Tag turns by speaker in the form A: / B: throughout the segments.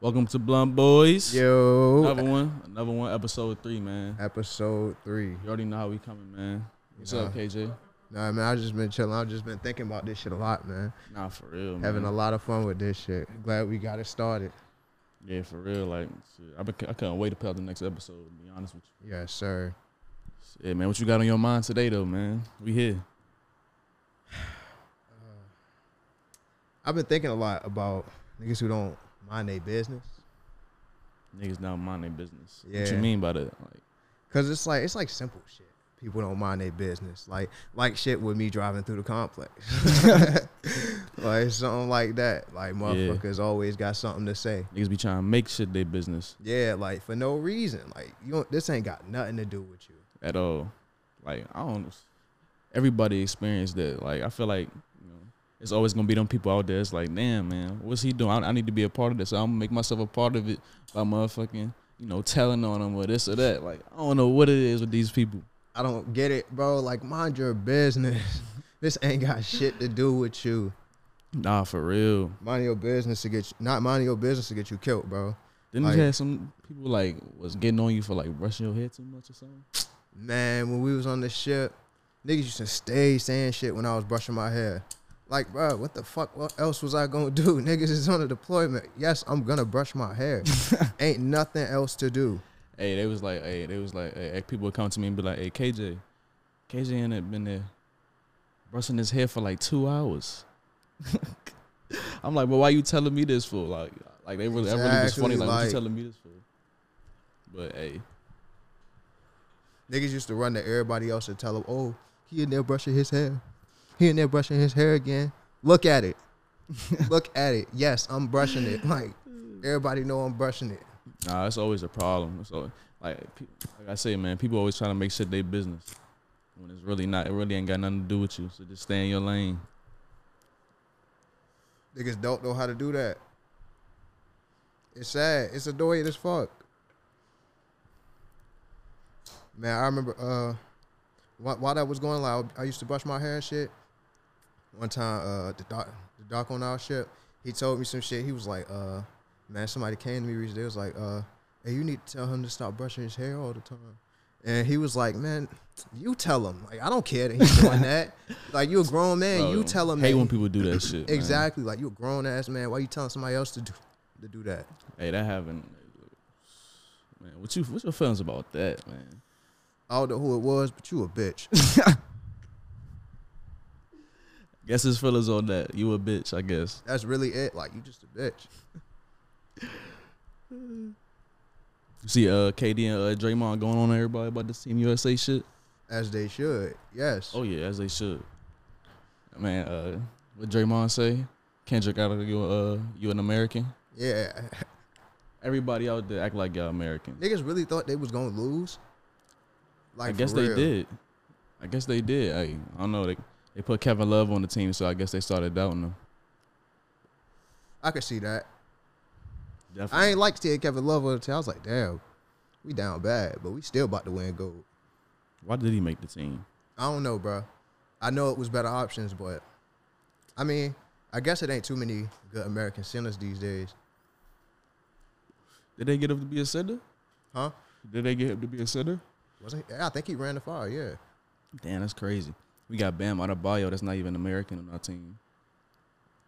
A: Welcome to Blunt Boys.
B: Yo,
A: Another one. Another one. Episode three, man.
B: episode three.
A: You already know how we coming, man. What's up, KJ?
B: Nah, man, I've just been chilling. I've just been thinking about this shit a lot, man.
A: Nah, for real, man.
B: Having a lot of fun with this shit. Glad we got it started.
A: yeah, for real. Like, shit, I, be- I couldn't wait to put out the next episode. To be honest with
B: Yes, sir.
A: you. Yeah, man. What you got on your mind today, though, man? We here.
B: I've been thinking a lot about niggas who don't mind their business.
A: Niggas not mind their business. What you
B: Yeah.
A: mean by that? Like,
B: Cause it's like it's like simple shit. People don't mind their business. Like like shit with me driving through the complex. like something like that. Like motherfuckers always got something to say.
A: niggas be trying to make shit their business
B: Yeah, like for no reason. Like you don't this ain't got nothing to do with you.
A: at all. Like, I don't. Everybody experienced that. Like, I feel like. you know, It's always gonna be them people out there. It's like, damn, man, what's he doing? I, I need to be a part of this. I'm gonna make myself a part of it by motherfucking, you know, telling on them or this or that. Like, I don't know what it is with these people.
B: I don't get it, bro. Like mind your business. this ain't got shit to do with you.
A: Nah, for real.
B: Mind your business to get you, not mind your business to get you killed, bro.
A: Didn't
B: Like-
A: you have some people like was getting on you for like brushing your hair too much or something?
B: Man, when we was on the ship, niggas used to stay saying shit when I was brushing my hair. Like, bro, what the fuck? What else was I gonna do? Niggas is on a deployment. Yes, I'm gonna brush my hair. Ain't nothing else to do.
A: Hey, they was like, hey, they was like, hey, hey, people would come to me and be like, hey, KJ, KJ ain't it been there brushing his hair for like two hours. I'm like, but why you telling me this for? Like, like they really, that really was funny. Like,
B: Exactly,
A: what you
B: like-
A: telling me this for? But hey,
B: Niggas used to run to everybody else and tell them, oh, he in there brushing his hair. He in there brushing his hair again. Look at it. Look at it. Yes, I'm brushing it. Like, everybody know I'm brushing it.
A: nah, it's always a problem. It's always, like, pe- like I say, man, people always trying to make shit their business when it's really not. It really ain't got nothing to do with you. So just stay in your lane.
B: Niggas don't know how to do that. It's sad. It's annoying as fuck. Man, I remember uh, wh- while that was going on, I used to brush my hair and shit. One time, uh, the doc, the doc on our ship, he told me some shit. He was like, uh, man, somebody came to me recently. They was like, uh, hey, you need to tell him to stop brushing his hair all the time. And he was like, man, you tell him. Like, I don't care that he's doing that. Like, you a grown man.
A: Bro,
B: you tell him.
A: Hate
B: that
A: when
B: he-
A: people do that shit. man.
B: Exactly. Like you a grown ass man. Why you telling somebody else to do to do that?
A: Hey, that happened. Man, what you what's your feelings about that, man?
B: I don't know who it was, but you a bitch.
A: Guess his feelings on that. You a bitch, I guess.
B: That's really it. Like you just a bitch.
A: You see uh KD and uh, Draymond going on everybody about this team USA shit?
B: As they should. Yes.
A: Oh yeah, as they should. Man, uh what Draymond say? Kendrick out of you uh you an American?
B: Yeah.
A: Everybody out there act like y'all American.
B: Niggas really thought they was gonna lose. Like
A: I guess
B: for
A: they
B: real.
A: did. I guess they did. Hey, I don't know. They they put Kevin Love on the team, so I guess they started doubting him.
B: I could see that.
A: Definitely.
B: I ain't like seeing Kevin Love on the team. I was like, damn, we down bad, but we still about to win gold.
A: Why did he make the team?
B: I don't know, bro. I know it was better options, but I mean, I guess it ain't too many good American centers these days,
A: Did they get him to be a center?
B: huh?
A: Did they get him to be a center?
B: Wasn't he? I think he ran the fire. Yeah.
A: Damn, that's crazy. We got Bam Adebayo. That's not even American on our team.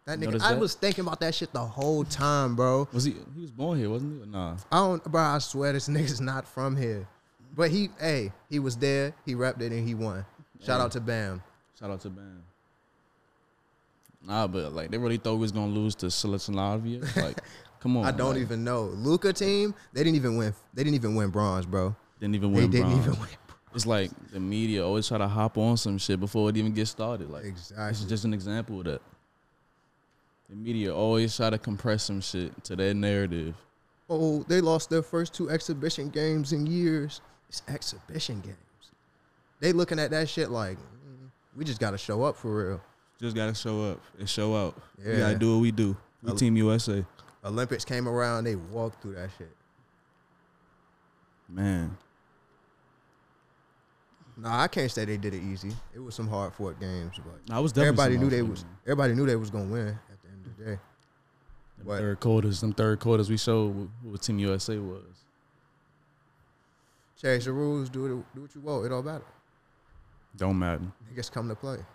B: That
A: You
B: nigga,
A: notice
B: I
A: that?
B: was thinking about that shit the whole time, bro.
A: Was he? He was born here, wasn't he? Nah.
B: I don't, bro. I swear this nigga's not from here, but he, hey, he was there. He rapped it and he won. Shout out to Bam.
A: Shout out to Bam. Nah, but like they really thought we was gonna lose to Selecionavia. Like, come on.
B: I don't
A: like,
B: even know Luca team. They didn't even win. They didn't even win bronze, bro.
A: Didn't even
B: They
A: win.
B: didn't
A: bronze.
B: even win.
A: It's like the media always try to hop on some shit before it even gets started. Like, this
B: Exactly.
A: is just an example of that. The media always try to compress some shit to their narrative.
B: Oh, they lost their first two exhibition games in years. It's exhibition games. They looking at that shit like mm, we just got to show up for real.
A: Just gotta show up and show out.
B: We gotta Yeah.
A: do what we do. We Team USA.
B: Olympics came around. They walked through that shit.
A: Man,
B: Nah, I can't say they did it easy. It was some hard fought games, but
A: I was definitely
B: everybody
A: some
B: knew they
A: hard-fought
B: was
A: games.
B: everybody knew they was gonna win at the end of the day.
A: Them
B: What?
A: third quarters, them third quarters we showed wh- what Team USA was.
B: Change the rules. Do it. Do what you want. It don't matter.
A: Don't matter.
B: Niggas come to play.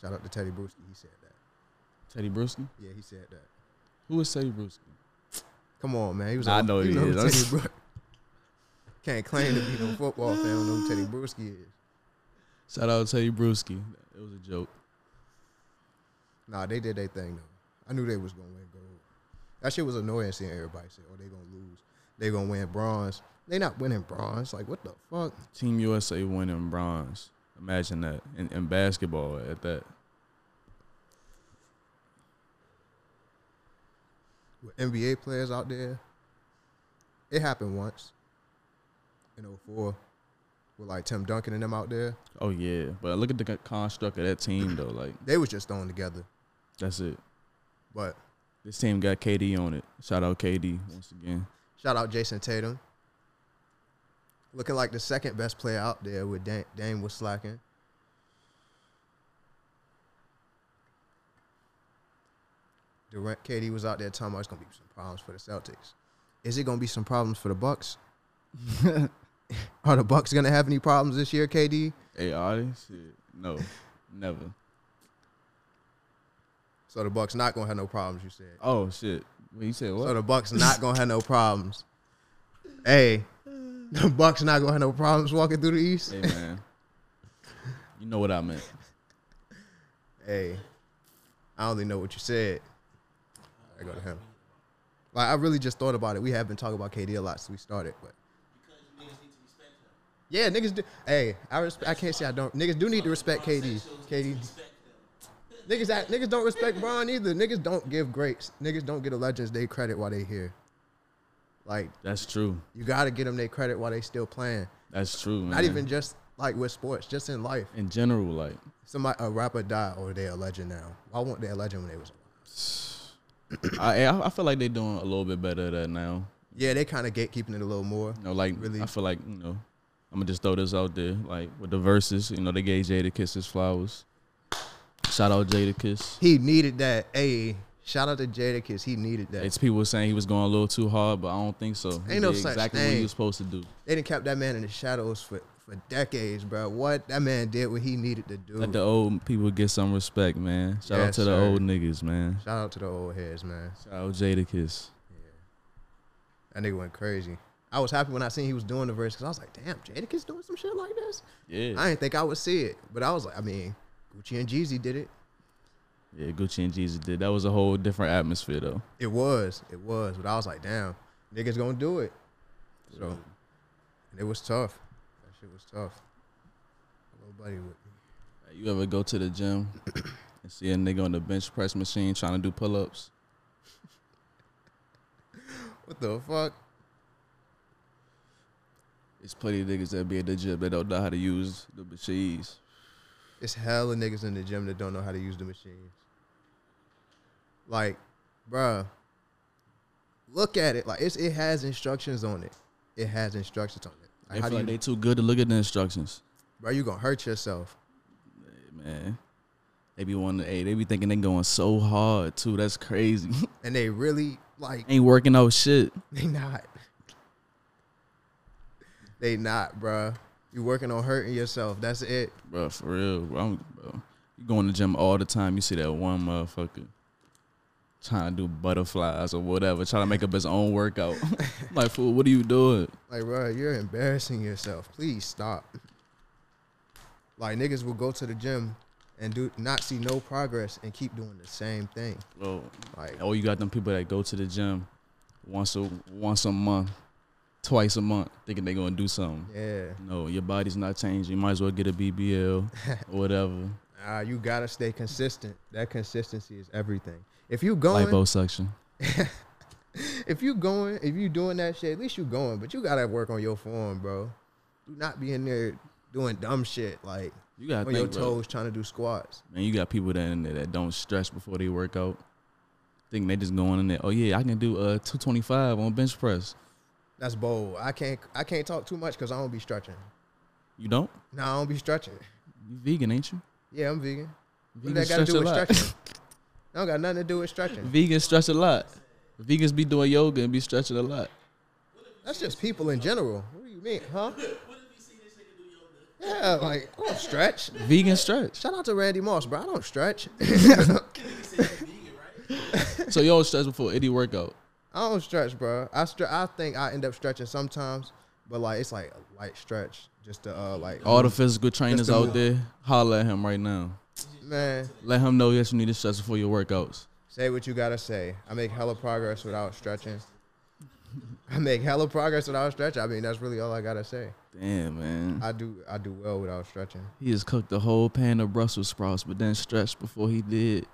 B: Shout out to Teddy Brewski. He said that.
A: Teddy Bruschi?
B: Yeah, he said that.
A: Who is Teddy Bruschi?
B: Come on, man. He was.
A: Nah, I
B: on-
A: know
B: you
A: he
B: who
A: is.
B: Teddy
A: That's-
B: Brus- Can't claim to be no football fan. Don't know who Teddy Brewski is.
A: Shout out to Teddy Bruschi. It was a joke.
B: Nah, they did their thing though. I knew they was gonna win gold. That shit was annoying seeing everybody say, "Oh, they gonna lose. They gonna win bronze. They not winning bronze. Like what the fuck?
A: Team USA winning bronze. Imagine that. In, in basketball at that.
B: With NBA players out there. It happened once in 04 with like Tim Duncan and them out there.
A: Oh yeah. But look at the con- construct of that team though. Like
B: They was just thrown together,
A: that's it.
B: but.
A: This team got KD on it. Shout out KD once again.
B: Shout out Jason Tatum. Looking like the second best player out there with Dame, Dame was slacking. Durant, KD was out there talking about it's gonna be some problems for the Celtics. Is it gonna be some problems for the Bucks? Are the Bucks gonna have any problems this year, KD?
A: Hey, Audi? Shit. No. Never.
B: So the Bucks not gonna have no problems. You said.
A: Oh shit. What you said
B: So
A: what?
B: the Bucks not gonna have no problems. Hey, the Bucks not gonna have no problems walking through the East.
A: Hey man. You know what I meant.
B: hey, I only know what you said. I go to him. Like I really just thought about it. We have been talking about KD a lot since we started, but yeah, niggas do. Hey, I respect. I can't say I don't. Niggas do need to respect KD. KD. Niggas, act- niggas don't respect Bron either. Niggas don't give greats. Niggas don't get a legends they credit while they here. Like
A: That's true.
B: you gotta get them they credit while they still playing.
A: That's true, man.
B: Not even just like with sports, just in life.
A: in general, like
B: Somebody a rapper die or they a legend now. Why weren't they a legend when they was?
A: I I I feel like they're doing a little bit better at that now.
B: Yeah, they kind of gatekeeping it a little more.
A: You know, like
B: Really?
A: I feel like you know, I'm gonna just throw this out there. Like with the verses, you know, they gave Jada Kiss his flowers. Shout out Jada Kiss.
B: He needed that. Hey, shout out to Jadakiss. He needed that.
A: It's people saying he was going a little too hard, but I don't think so. He
B: Ain't no
A: did
B: such
A: exactly what
B: thing.
A: he was supposed to do.
B: they didn't kept that man in the shadows for, for decades, bro. What that man did, what he needed to do.
A: Let the old people get some respect, man. Shout out
B: Yes,
A: to the
B: sir.
A: old niggas, man.
B: shout out to the old heads, man.
A: Shout out Jada Kiss.
B: That nigga went crazy. I was happy when I seen he was doing the verse because I was like, damn, Jadakiss doing some shit like this.
A: Yeah,
B: I didn't think I would see it, but I was like, I mean, Gucci and Jeezy did it.
A: yeah. Gucci and Jeezy did. That was a whole different atmosphere, though.
B: It was, it was, but I was like, damn, niggas gonna do it. So, and it was tough. That shit was tough. My Little buddy with me.
A: Like, You ever go to the gym and see a nigga on the bench press machine trying to do pull ups?
B: What the fuck?
A: It's plenty of niggas that be at the gym that don't know how to use the machines.
B: It's hella niggas in the gym that don't know how to use the machines. Like, bruh, look at it. Like, it's, it has instructions on it. It has instructions on it.
A: They
B: Like, how
A: feel
B: do
A: like
B: you,
A: they too good to look at the instructions.
B: bro? You gonna hurt yourself?
A: Man. They be wanting hey, they be thinking they going so hard too. That's crazy.
B: And they really like
A: Ain't working out shit.
B: they not. They not, bruh. You working on hurting yourself. That's it.
A: Bro, for real, bro. I'm, bro. You go in the gym all the time, you see that one motherfucker trying to do butterflies or whatever, trying to make up his own workout. I'm like, fool, what are you doing?
B: Like, bro, you're embarrassing yourself. Please stop. Like, niggas will go to the gym and do not see no progress and keep doing the same thing.
A: Bro,
B: Like,
A: Oh, you got them people that go to the gym once a once a month, twice a month, thinking they gonna do something.
B: yeah,
A: No, your body's not changing. You might as well get a BBL or whatever.
B: uh, you gotta stay consistent. That consistency is everything. If you going,
A: Liposuction.
B: if you going, if you doing that shit, at least you going. But you gotta work on your form, bro. Do not be in there doing dumb shit like
A: You gotta
B: on your
A: think, bro.
B: toes trying to do squats.
A: Man, you got people that in there that don't stretch before they work out. Think they just going in there. Oh yeah, I can do uh two twenty five on bench press.
B: That's bold. I can't. I can't talk too much because I don't be stretching.
A: You don't?
B: No, I don't be stretching.
A: You vegan, ain't you?
B: Yeah, I'm vegan. What
A: Vegan
B: that got
A: stretch
B: to do
A: a
B: with
A: lot.
B: stretching? I don't got nothing to do with stretching.
A: vegan stretch a lot. Vegans be doing yoga and be stretching a lot.
B: That's just people in general. What do you mean, huh? Yeah, like I don't stretch.
A: Vegan stretch.
B: Shout out to Randy Moss, bro. I don't stretch.
A: So you always stretch before any workout.
B: I don't stretch, bro. I stre- I think I end up stretching sometimes, but like it's like a light stretch, just to uh like
A: All the physical trainers
B: the
A: out
B: move.
A: there, holler at him right now.
B: man.
A: Let him know yes, you need to stretch before your workouts.
B: Say what you gotta say. I make hella progress without stretching. I make hella progress without stretching. I mean, that's really all I gotta say.
A: Damn man,
B: I do I do well without stretching.
A: he just cooked the whole pan of Brussels sprouts, but then stretched before he did the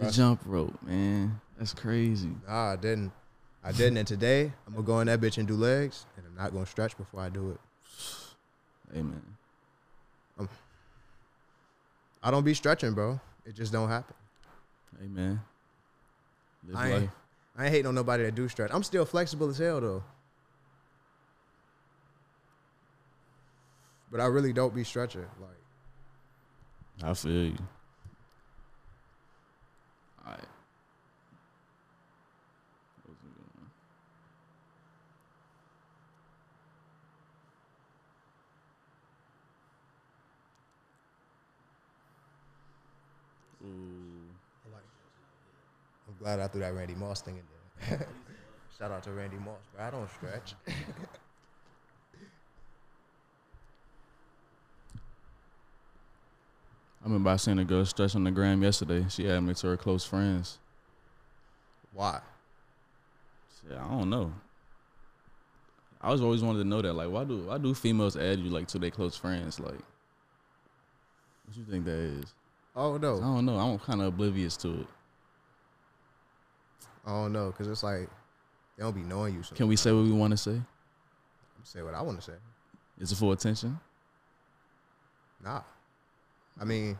B: Brussels-
A: jump rope. Man, that's crazy.
B: Nah, I didn't. I didn't. And today I'm gonna go in that bitch and do legs, and I'm not gonna stretch before I do it.
A: Hey man,
B: I don't be stretching, bro. It just don't happen.
A: hey man. Live
B: I ain't,
A: life.
B: I ain't hating on nobody that do stretch. I'm still flexible as hell though. But I really don't be stretching. Like
A: I feel you. All right.
B: I'm glad I threw that Randy Moss thing in there. Shout out to Randy Moss, bro. I don't stretch.
A: I remember I seen a girl stretch on the gram yesterday. She added me to her close friends.
B: Why?
A: Shit, I don't know. I was always wanted to know that. Like, why do why do females add you like to their close friends? Like, what you think that is?
B: Oh
A: I
B: no.
A: don't know. I'm kind of oblivious to it.
B: Oh no, because it's like they don't be knowing you. So
A: Can we say what we want to say?
B: I'm say what I want to say.
A: Is it for attention?
B: Nah. I mean,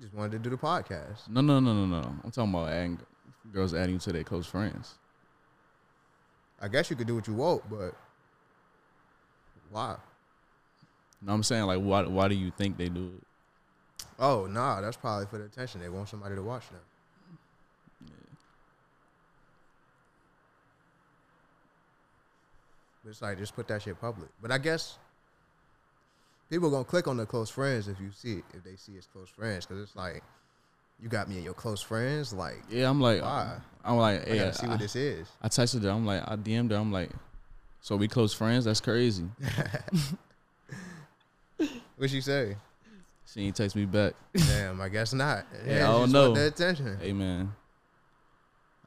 B: just wanted to do the podcast.
A: No, no, no, no, no. I'm talking about adding girls adding you to their close friends.
B: I guess you could do what you want, but why?
A: No, I'm saying like, why why do you think they do it?
B: Oh nah, that's probably for the attention. They want somebody to watch them. But It's like just put that shit public. But I guess people gonna click on the close friends if you see it, if they see it's close friends, because it's like you got me and your close friends. Like
A: Yeah, I'm like,
B: Why?
A: I'm like,
B: I
A: yeah,
B: gotta see what
A: I-
B: this is.
A: I texted her. I'm like, I DM'd her. I'm like, so we close friends? That's crazy.
B: What she say?
A: She ain't text me back.
B: Damn, I guess not. Yeah,
A: I
B: she
A: don't
B: just
A: know.
B: want That attention.
A: hey man,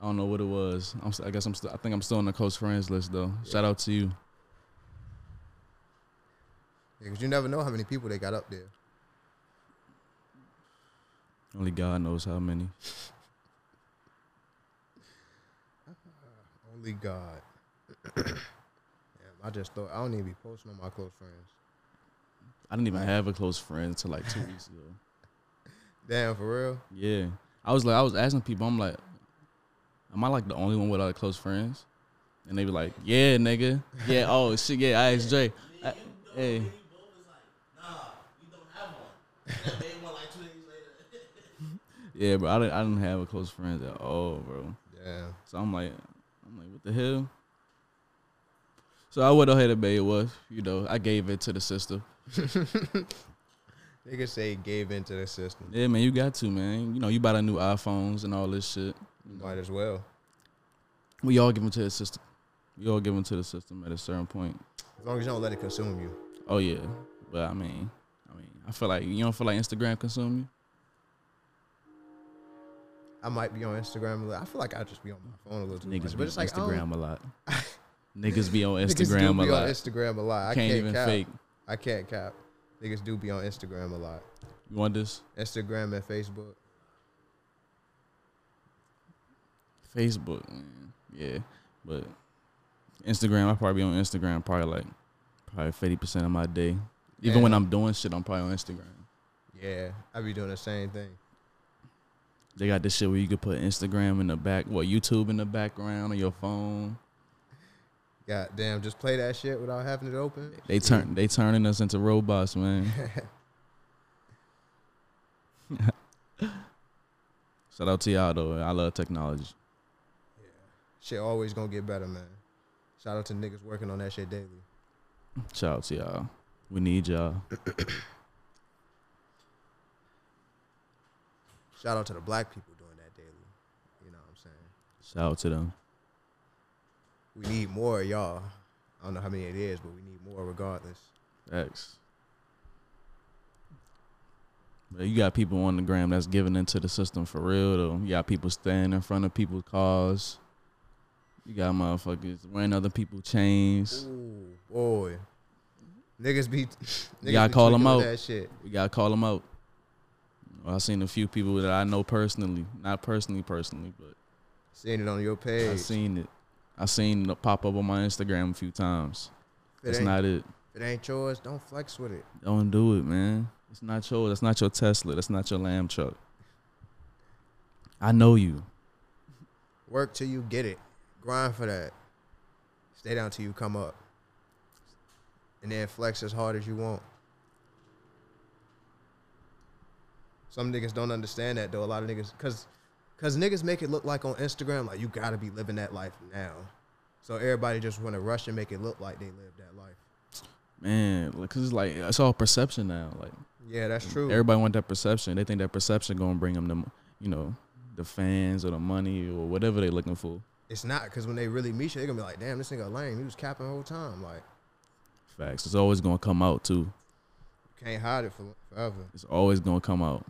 A: I don't know what it was. I'm, st- I guess I'm. St- I think I'm still on the close friends list though. Shout out to you.
B: Because you never know how many people they got up there.
A: Only God knows how many.
B: Only God. Damn, I just thought I don't even be posting on my close friends.
A: I didn't even have a close friend until like two weeks ago.
B: Damn, for real.
A: Yeah, I was like, I was asking people. I'm like, am I like the only one without close friends? And they be like, yeah, nigga, yeah, oh shit, yeah, I asked Jay. I- Hey, yeah, bro, I didn't, I didn't have a close friend at all, bro.
B: Damn.
A: So I'm like, I'm like, what the hell? So I went ahead and made it was, you know, I gave it to the sister.
B: Niggas say gave into the system.
A: Yeah, man, you got to, man. You know, you buy the new iPhones and all this shit.
B: Might as well.
A: We all give them to the system. We all give them to the system at a certain point.
B: As long as you don't let it consume you.
A: Oh yeah, but I mean, I mean, I feel like you don't feel like Instagram consume you.
B: I might be on Instagram a little. I feel like I just be on my phone a little too
A: Niggas be
B: much. But
A: on
B: it's like I
A: Instagram
B: don't-
A: a lot. Niggas be on
B: niggas do
A: Instagram a
B: be
A: lot.
B: On Instagram a lot. I
A: Can't even
B: cap.
A: fake.
B: I can't cap. Niggas do be on Instagram a lot.
A: You want this?
B: Instagram and Facebook.
A: Facebook, man. yeah, but Instagram. I probably be on Instagram probably like probably fifty percent of my day. Even when
B: Yeah.
A: I'm doing shit, I'm probably on Instagram.
B: Yeah, I be doing the same thing.
A: They got this shit where you could put Instagram in the back, what YouTube in the background on your phone.
B: God damn, just play that shit without having it open.
A: They turn they turning us into robots, man. Shout out to y'all though. I love technology.
B: Shit always gonna get better, man. Shout out to niggas working on that shit daily.
A: Shout out to y'all. We need y'all.
B: Shout out to the black people doing that daily. You know what I'm saying?
A: Shout out to them.
B: We need more of y'all. I don't know how many it is, but we need more regardless.
A: X. But you got people on the gram that's giving into the system for real though. You got people standing in front of people's cars. You got motherfuckers wearing other people's chains.
B: Ooh, boy. Niggas be. Niggas
A: gotta
B: be
A: call 'em
B: tweaking with
A: out.
B: That shit.
A: We gotta call them out. Well, I seen a few people that I know personally, not personally, personally, but
B: Seeing it on your page.
A: I seen it. I seen it pop up on my Instagram a few times.
B: If it,
A: That's
B: ain't,
A: not it.
B: if it ain't yours, don't flex with it.
A: Don't do it, man. It's not your. That's not your Tesla. That's not your lamb truck. I know you.
B: Work till you get it. Grind for that. Stay down till you come up. And then flex as hard as you want. Some niggas don't understand that though. A lot of niggas cause cause niggas make it look like on Instagram, like you gotta be living that life now. So everybody just wanna rush and make it look like they live that life.
A: man because it's like it's all perception now like
B: Yeah, that's true.
A: everybody want that perception they think that perception gonna bring them the you know the fans or the money or whatever they looking for
B: it's not because when they really meet you, they're gonna be like, damn, this nigga lame. He was capping the whole time. Like,
A: facts it's always gonna come out too
B: you can't hide it for forever.
A: it's always gonna come out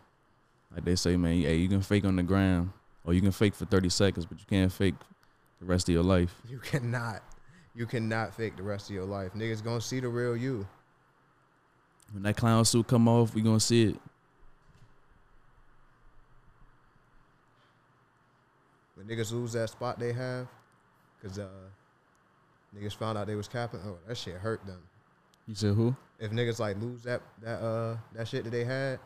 A: like they say man hey you can fake on the gram or you can fake for 30 seconds but you can't fake the rest of your life
B: You cannot. You cannot fake the rest of your life. Niggas gonna see the real you.
A: when that clown suit come off we gonna see it
B: When niggas lose that spot they have, cause uh, niggas found out they was capping. Oh, that shit hurt them.
A: you said who
B: If niggas like lose that that uh that shit that they had,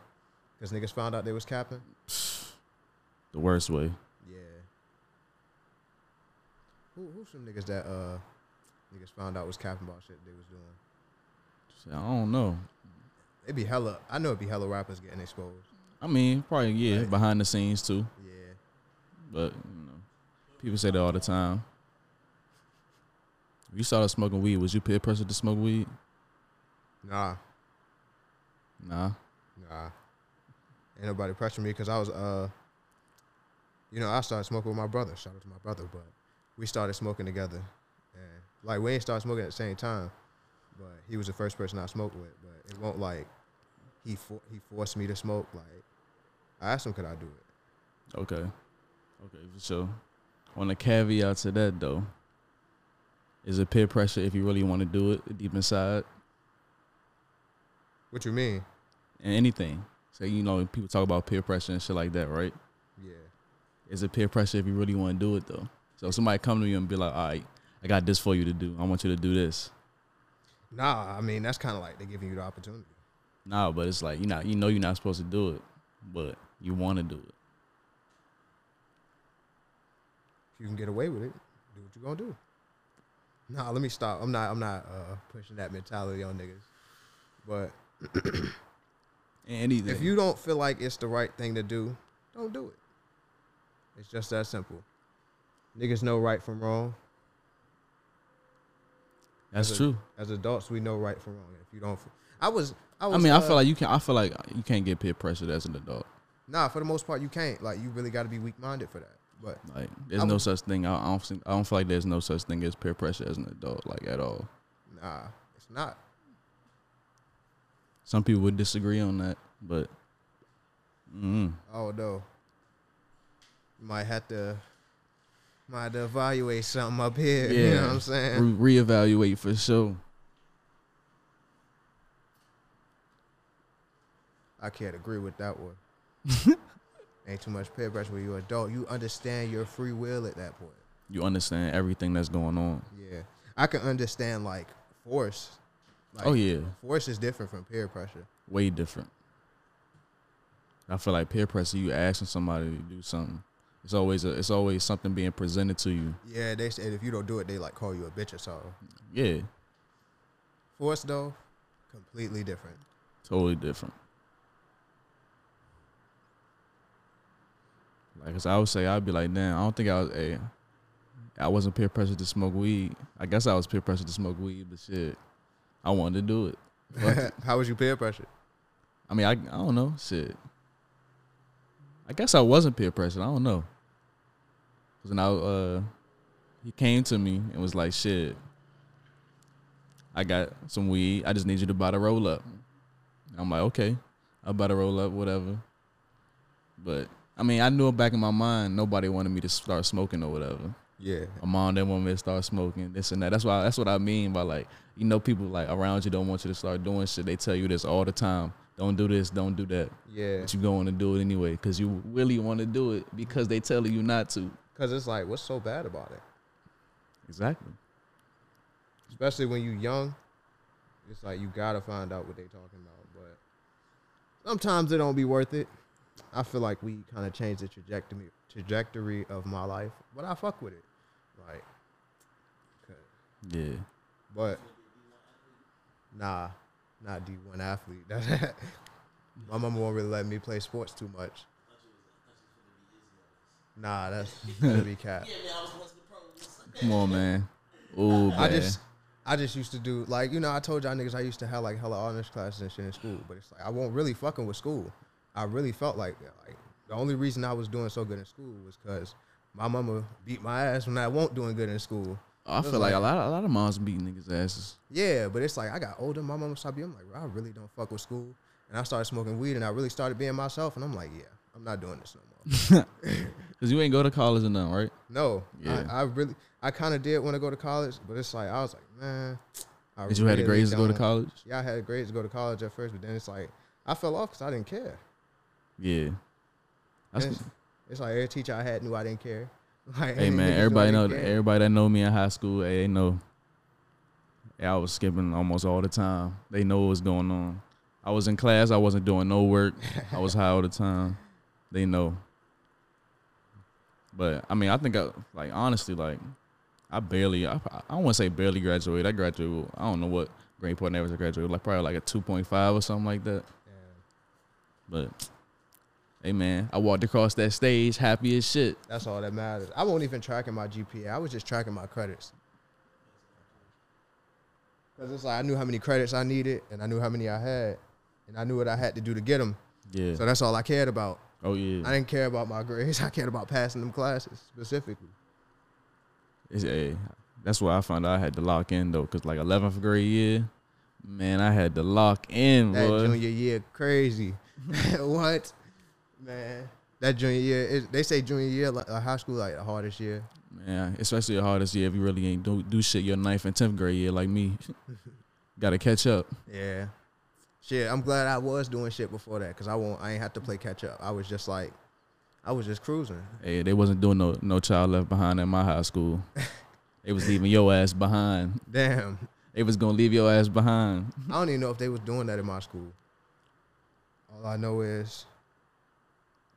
B: cause niggas found out they was capping.
A: the worst way
B: Yeah. Who who some niggas that uh niggas found out was capping about shit they was doing?
A: Shit, i don't know
B: It be hella. I know it be hella rappers getting exposed.
A: i mean probably yeah
B: Right.
A: behind the scenes too
B: Yeah.
A: But you know, people say that all the time. If you started smoking weed, was you peer pressure to smoke weed?
B: Nah.
A: Nah.
B: Nah. Ain't nobody pressuring me because I was, uh, you know, I started smoking with my brother. Shout out to my brother, but we started smoking together. And, like, we ain't started smoking at the same time, but he was the first person I smoked with. But it won't, like, he for- he forced me to smoke. Like, I asked him, could I do it?
A: Okay. Okay, for sure. On a caveat to that though, is it peer pressure if you really want to do it deep inside
B: What you mean?
A: and anything? Say you know people talk about peer pressure and shit like that, right?
B: Yeah.
A: Is it peer pressure if you really want to do it though? So if somebody come to you and be like, "All right, I got this for you to do. I want you to do this."
B: Nah, I mean, that's kind of like they giving you the opportunity.
A: Nah, but it's like you not you know you're not supposed to do it, but you want to do it.
B: If you can get away with it, do what you gonna do. Nah, let me stop. I'm not. I'm not uh, pushing that mentality on niggas. But
A: Anything.
B: If you don't feel like it's the right thing to do, don't do it. It's just that simple. Niggas know right from wrong.
A: That's
B: As a-
A: true.
B: As adults, we know right from wrong. If you don't, I was, I was.
A: I mean, I
B: uh,
A: feel like you can. I feel like you can't get peer pressured as an adult.
B: nah. For the most part, you can't. Like, you really got to be weak minded for that. But
A: Like, there's
B: I
A: no
B: would-
A: such thing. I, I don't. think- I don't feel like there's no such thing as peer pressure as an adult, like at all.
B: nah, it's not.
A: Some people would disagree on that, but mm,
B: Oh no. You might have to, might have to evaluate something up here. You know
A: Yeah.
B: what I'm saying?
A: re- reevaluate for sure.
B: I can't agree with that one. Ain't too much peer pressure when you're an adult. You understand your free will at that point.
A: You understand everything that's going on.
B: Yeah, I can understand like force. Like,
A: oh yeah,
B: force is different from peer pressure.
A: way different. I feel like peer pressure. You asking somebody to do something. It's always a, it's always something being presented to you.
B: Yeah, they said if you don't do it, they like call you a bitch or something.
A: Yeah,
B: Force though, completely different.
A: Totally different. Like, 'cause I would say, I'd be like, damn, I don't think I was, hey, I wasn't peer pressured to smoke weed. I guess I was peer pressured to smoke weed, but shit, I wanted to do it. Fuck it.
B: How was you peer pressure?
A: I mean, I, I don't know. Shit. I guess I wasn't peer pressured. I don't know. Cause now uh, he came to me and was like, "Shit, I got some weed. I just need you to buy the roll up." I'm like, "Okay, I'll buy the roll up, whatever." But I mean, I knew back in my mind nobody wanted me to start smoking or whatever.
B: Yeah.
A: My mom didn't want me to start smoking this and that. That's why that's what I mean by like you know people like around you don't want you to start doing shit. They tell you this all the time. Don't do this. Don't do that.
B: Yeah.
A: But you going to do it anyway because you really want to do it because they telling you not to.
B: Because it's like, what's so bad about it?
A: Exactly.
B: Especially when you young, it's like you gotta find out what they talking about. But sometimes it don't be worth it. I feel like we kind of changed the trajectory trajectory of my life, but I fuck with it. Like, okay.
A: Yeah.
B: But nah, not D one athlete. That- My mama won't really let me play sports too much. Nah, that's gonna be cap.
A: Come on, man. Oh,
B: I just I just used to do like you know I told y'all niggas I used to have like hella honors classes and shit in school, but it's like I wasn't really fucking with school. I really felt like that. Like the only reason I was doing so good in school was because my mama beat my ass when I won't doing good in school.
A: I feel like, a lot, a lot of moms beat niggas' asses.
B: Yeah, but it's like I got older, my mama stopped being I'm like, "Bro, I really don't fuck with school, and I started smoking weed, and I really started being myself, and I'm like, yeah, I'm not doing this no more.
A: Cause you ain't go to college or nothing, right?
B: no,
A: Yeah.
B: I, I really, I kind of did want to go to college, but it's like I was like, man, I
A: Did you had the
B: really
A: grades to go to
B: don't."
A: college?
B: yeah, I had the grades to go to college at first, but then it's like I fell off because I didn't care.
A: Yeah. That's,
B: It's, it's like every teacher I had knew I didn't care. Like,
A: hey
B: and
A: man,
B: niggas
A: everybody
B: I
A: know
B: didn't care.
A: everybody that know me in high school, hey, they know. Yeah, I was skipping almost all the time. They know what was going on. I was in class, I wasn't doing no work. I was high all the time. They know. But I mean, I think I like honestly like I barely I, I don't want to say barely graduated. I graduated with- I don't know what grade point average I graduated with, like probably like a 2.5 or something like that. But hey man, I walked across that stage happy as shit.
B: That's all that matters. I wasn't even tracking my GPA. I was just tracking my credits. Cause it's like I knew how many credits I needed, and I knew how many I had, and I knew what I had to do to get them.
A: Yeah.
B: So that's all I cared about.
A: Oh yeah.
B: I didn't care about my grades. I cared about passing them classes specifically.
A: It's, hey, that's why I found out I had to lock in though, cause like 11th grade year, man, I had to lock in,
B: That
A: boy.
B: junior year, crazy. what, man? That junior year, is, they say junior year, like, like high school, like the hardest year.
A: Man, especially the hardest year if you really ain't do, do shit your ninth and 10th grade year like me. Got to catch up.
B: Yeah. Shit, I'm glad I was doing shit before that because I won't. I ain't have to play catch up. I was just like, I was just cruising.
A: Hey, they wasn't doing no no child left behind at my high school. they was leaving your ass behind.
B: Damn,
A: They was gonna leave your ass behind.
B: I don't even know if they was doing that in my school. All I know is,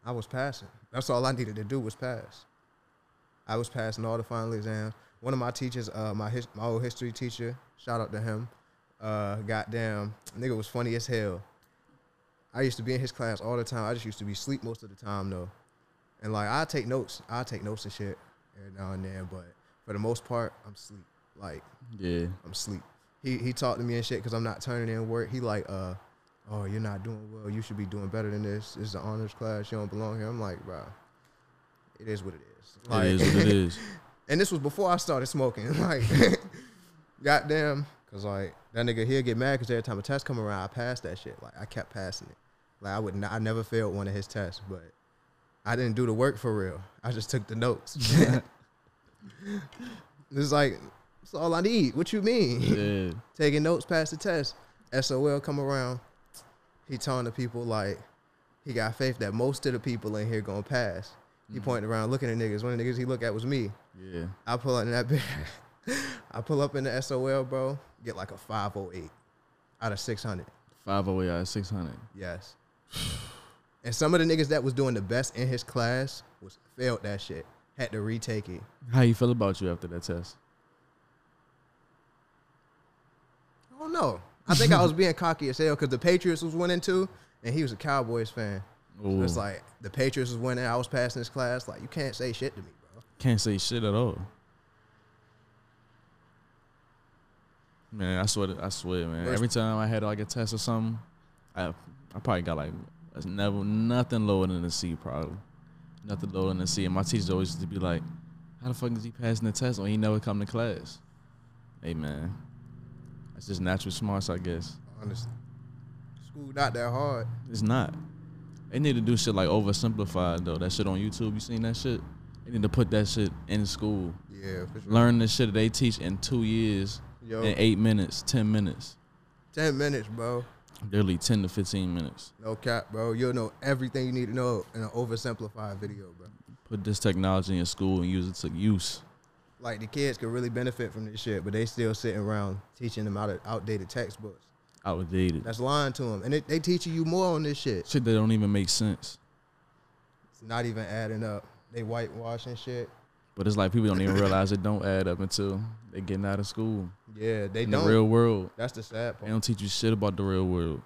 B: I was passing. That's all I needed to do was pass. I was passing all the final exams. One of my teachers, uh, my his, my old history teacher, shout out to him. Uh, goddamn, nigga was funny as hell. I used to be in his class all the time. I just used to be asleep most of the time though, and like I take notes. I take notes and shit every now and then, but for the most part, I'm asleep. Like
A: Yeah,
B: I'm asleep. He he talked to me and shit because I'm not turning in work. He like, uh, oh, you're not doing well. You should be doing better than this. This is the honors class. You don't belong here. I'm like, bro, it is what it is. Like,
A: it is what it is.
B: and this was before I started smoking. Like, goddamn, because like that nigga he'll get mad because every time a test come around, I pass that shit. Like I kept passing it. Like I would, not, I never failed one of his tests, but I didn't do the work for real. I just took the notes. it's like it's all I need. What you mean?
A: Yeah,
B: taking notes past the test. SOL come around. He telling the people like he got faith that most of the people in here gonna pass. He pointing around looking at niggas. One of the niggas he looked at was me.
A: yeah.
B: I pull up in that bitch. I pull up in the SOL, bro. Get like a 508 out of 600.
A: 508 out of 600.
B: Yes. and some of the niggas that was doing the best in his class was failed that shit. Had to retake it.
A: How you feel about you after that test?
B: I don't know. I think I was being cocky as hell because the Patriots was winning too, and he was a Cowboys fan. So it's
A: Ooh.
B: like the Patriots was winning. I was passing this class. Like you can't say shit to me, bro.
A: Can't say shit at all. Man, I swear, to- I swear, man.
B: Where's-
A: Every time I had like a test or something, I I probably got like it's never nothing lower than a C, probably nothing lower than a C. And my teachers always used to be like, "How the fuck is he passing the test when he never come to class?" Hey, man, that's just natural smarts, I guess.
B: Honestly, school not that hard.
A: It's not. They need to do shit like oversimplified though. That shit on YouTube, you seen that shit? They need to put that shit in school.
B: Yeah, for sure.
A: Learn the shit they teach in two years,
B: Yo,
A: in eight minutes, ten minutes,
B: ten minutes, bro.
A: literally ten to fifteen minutes.
B: No cap, bro. You'll know everything you need to know in an oversimplified video, bro.
A: Put this technology in school and use it to use.
B: Like the kids could really benefit from this shit, but they still sitting around teaching them out of outdated textbooks.
A: Outdated
B: That's lying to them, and it, they teaching you more on this shit.
A: shit that don't even make sense.
B: It's not even adding up. They whitewashing shit.
A: But it's like people don't even realize it don't add up until they getting out of school.
B: Yeah, they
A: In
B: don't.
A: the real world,
B: That's the sad
A: they
B: part.
A: don't teach you shit about the real world.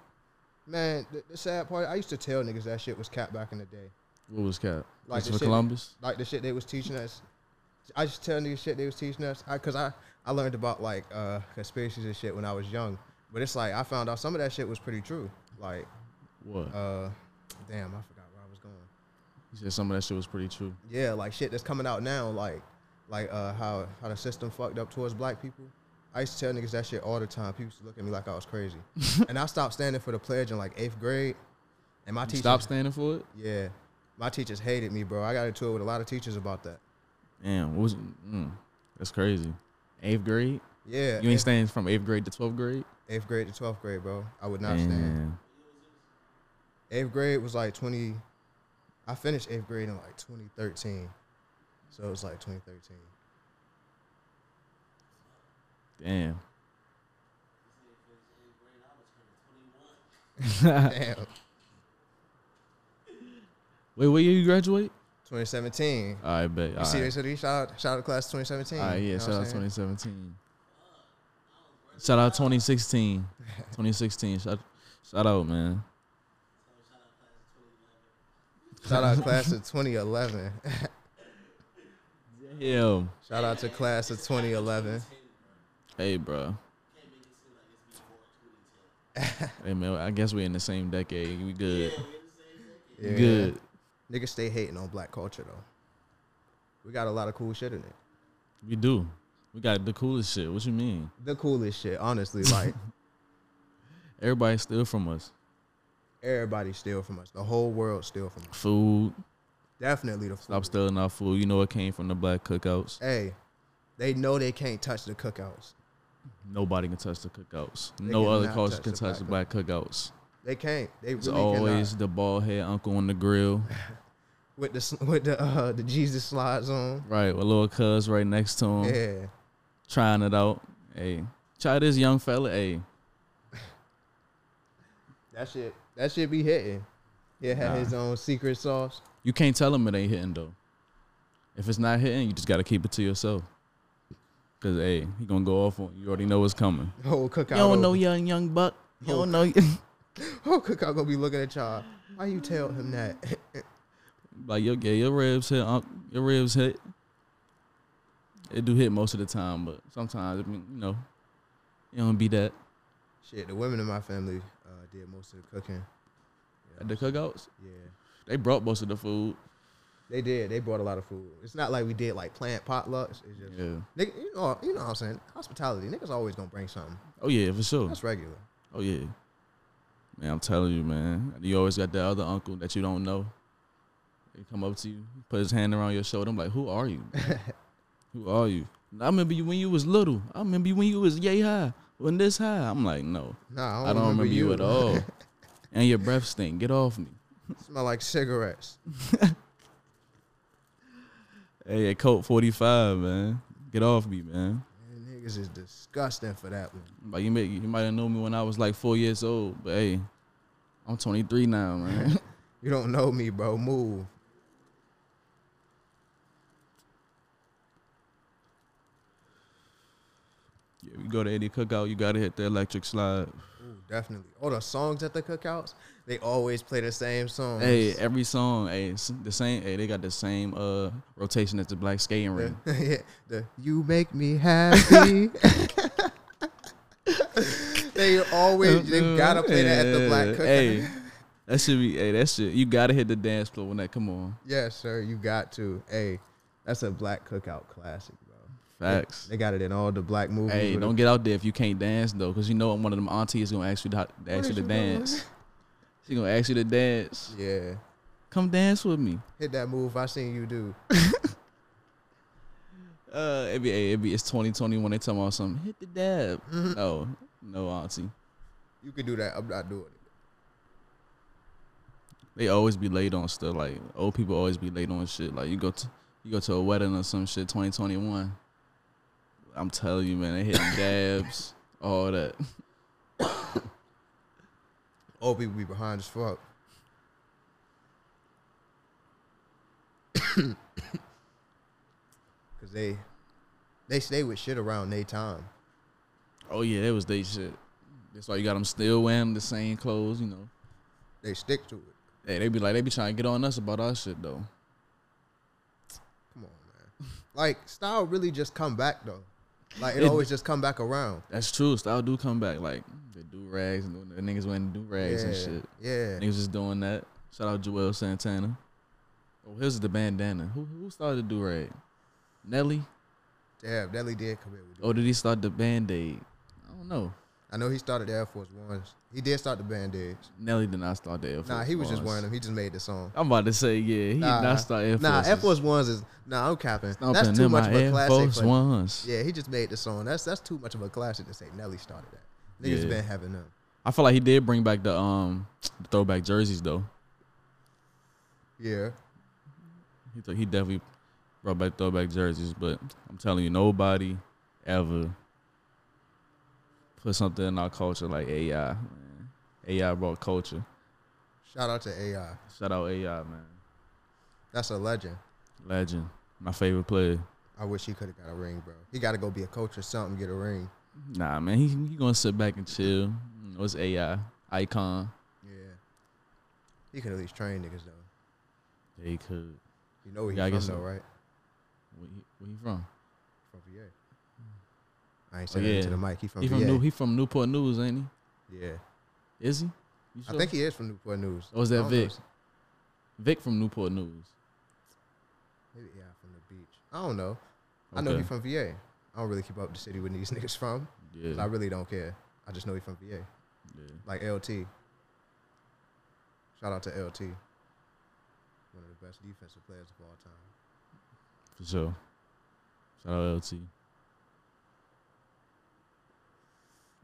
B: Man, the, the sad part. I used to tell niggas that shit was cap back in the day.
A: What was cap?
B: Like
A: Like
B: the
A: for
B: shit-
A: Columbus.
B: like the shit they was teaching us. I just tell niggas shit they was teaching us. I, Cause I, I learned about like uh, conspiracies and shit when I was young. But it's like I found out some of that shit was pretty true. Like,
A: What?
B: uh, damn, I forgot where I was going.
A: He said some of that shit was pretty true.
B: Yeah, like shit that's coming out now. Like, like uh, how how the system fucked up towards black people. I used to tell niggas that shit all the time. People used to look at me like I was crazy. and I stopped standing for the pledge in like eighth grade. And my
A: You
B: teacher,
A: Stop standing for it.
B: yeah, my teachers hated me, bro. I got into it with a lot of teachers about that.
A: Damn, what was mm, that's crazy. Eighth grade,
B: Yeah,
A: you
B: and-
A: ain't staying from eighth grade to twelfth grade.
B: eighth grade to twelfth grade, bro. I would not stand.
A: Damn,
B: Eighth grade was like twenty. I finished eighth grade in like twenty thirteen, so it was like twenty thirteen.
A: damn.
B: Damn,
A: Wait, what year you graduate?
B: twenty seventeen.
A: I bet.
B: You
A: All
B: see, they
A: right,
B: said shout out, shout out to class twenty seventeen.
A: all right yeah. shout out 2017. Shout out 2016. 2016. Shout, shout out, man.
B: Shout out class of twenty eleven.
A: Damn.
B: shout out to class of twenty eleven.
A: Hey, bro. hey, man. I guess we're in the same decade. We good.
B: Yeah.
A: Good.
B: Niggas stay hating on black culture though. We got a lot of cool shit in it.
A: We do. We got the coolest shit. What you mean?
B: The coolest shit, honestly. Like
A: Everybody steal from us.
B: everybody steal from us. The whole world steal from us.
A: Food.
B: Definitely the
A: Stop stealing our food. You know it came from the black cookouts.
B: hey, they know they can't touch the cookouts.
A: Nobody can touch the cookouts.
B: They
A: no other
B: cannot
A: culture
B: touch
A: can
B: the
A: touch the black cookouts.
B: They can't. They
A: It's
B: really
A: always
B: cannot.
A: the bald head uncle on the grill.
B: with the s- with the uh, the Jesus slides on.
A: Right, with little cuz right next to him,
B: Yeah,
A: trying it out. Hey, try this young fella. Hey,
B: that shit that shit be hitting. Yeah, had
A: Nah.
B: his own secret sauce.
A: you can't tell him it ain't hitting though. If it's not hitting, you just gotta keep it to yourself. Cause hey, he gonna go off on you. You already know what's coming.
B: Whole cookout.
A: You don't know
B: over.
A: young young buck. You don't know.
B: Whole cookout gonna be looking at y'all. Why you tell him that?
A: Like your yeah, your ribs hit, um, your ribs hit. It do hit most of the time, but sometimes I mean, you know, it don't be that
B: shit, the women in my family uh, did most of the cooking.
A: at the cookouts.
B: Yeah,
A: They brought most of the food.
B: they did. They brought a lot of food. It's not like we did like planned potlucks. It's just
A: Yeah.
B: nigga, you know you know what I'm saying. Hospitality niggas always gonna bring something.
A: Oh yeah, for sure.
B: That's regular.
A: Oh yeah. Man, I'm telling you, man. You always got that other uncle that you don't know. He come up to you, put his hand around your shoulder. I'm like, who are you? who are you? I remember you when you was little. I remember you when you was yay high, when this high. I'm like, no,
B: Nah,
A: I don't remember, you at all. and your breath stink. Get off me.
B: Smell like cigarettes.
A: Hey, at Colt 45, man. Get off me, man.
B: Man, niggas is disgusting for that one.
A: Like you may, you might have known me when I was like four years old, but hey, I'm 23 now, man.
B: You don't know me, bro. Move.
A: yeah, you go to any cookout, you gotta hit the electric slide.
B: Ooh, definitely. All the songs at the cookouts, they always play the same songs.
A: Hey, every song, hey, it's the same. Hey, they got the same uh rotation as the black skating
B: The,
A: ring.
B: yeah, the you make me happy. They always they gotta play that at the black cookout.
A: Hey, that should be. Hey, that shit. You gotta hit the dance floor when that come on.
B: Yes, sir. You got to. Hey, that's a black cookout classic, bro.
A: Facts.
B: They got it in all the black movies.
A: Hey,
B: with
A: don't get out there if you can't dance though, because you know one of them aunties gonna ask you to, ask you
B: did
A: to
B: you do?
A: dance. She gonna ask you to dance.
B: the- Yeah,
A: Come dance with me.
B: hit that move. I seen you do.
A: Uh, it be, hey, it be it's 2020 when they talking about something. Hit the dab. No, no auntie.
B: You can do that. I'm not doing it.
A: They always be late on stuff. Like old people always be late on shit. Like you go to you go to a wedding or some shit. 2021. I'm telling you, man. They hitting dabs, all that.
B: Old people be behind as fuck. Cause they they stay with shit around they time.
A: Oh yeah, that was they shit. That's why you got them still wearing the same clothes. You know.
B: They stick to it.
A: Hey, they be like, they be trying to get on us about our shit though.
B: Come on, man. Like style really just come back though. Like it,
A: It-
B: always just come back around.
A: That's true. Style do come back. Like the do rags and the niggas wearing do rags and shit.
B: Yeah.
A: Niggas just doing that. Shout out Joel Santana. Oh, here's the bandana. Who who started the do rag? Nelly.
B: Damn, Nelly did come in with it.
A: Or did he start the band aid? I don't know.
B: I know he started the Air Force Ones. He did start the band aids.
A: Nelly did not start the Air Force.
B: Nah, he was just
A: Ones.
B: wearing them. He just made the song.
A: I'm about to say, yeah, he
B: nah,
A: did not start Air Force.
B: Nah, Air Force Ones is nah. I'm capping. That's too much of a
A: Air
B: classic.
A: Force
B: for-
A: Ones.
B: Yeah, he just made the song. That's that's too much of a classic to say Nelly started that. Niggas
A: Yeah.
B: been having them.
A: I feel like he did bring back the um the throwback jerseys though.
B: Yeah.
A: He th- he definitely brought back throwback jerseys, but I'm telling you, nobody ever put something in our culture like AI. Man. AI brought culture.
B: Shout out to AI.
A: Shout out AI, man.
B: That's a legend.
A: Legend, my favorite player.
B: I wish he could have got a ring, bro. He got to go be a coach or something, get a ring.
A: Nah, man, he he gonna sit back and chill. You know, It's AI icon.
B: Yeah. He could at least train niggas though.
A: Yeah, he could.
B: You know where he
A: Yeah, I
B: from
A: guess
B: though,
A: so.
B: right?
A: Where he, where he from?
B: From VA. I ain't saying
A: Oh, yeah.
B: that to the mic. He from
A: he
B: VA.
A: from New. He from Newport News, ain't
B: yeah.
A: he? Is he? You
B: I think he is from Newport News.
A: Or Oh, is that
B: I don't know.
A: Vic? Vic from Newport News.
B: Maybe yeah, from the beach. I don't know. I know he
A: Okay.
B: from VA. I don't really keep up the city where these niggas from. 'cause I
A: Yeah.
B: really don't care. I just know he from VA.
A: yeah.
B: Like LT. Shout out to LT. One of the best defensive players of all time.
A: For sure. Shout out LT.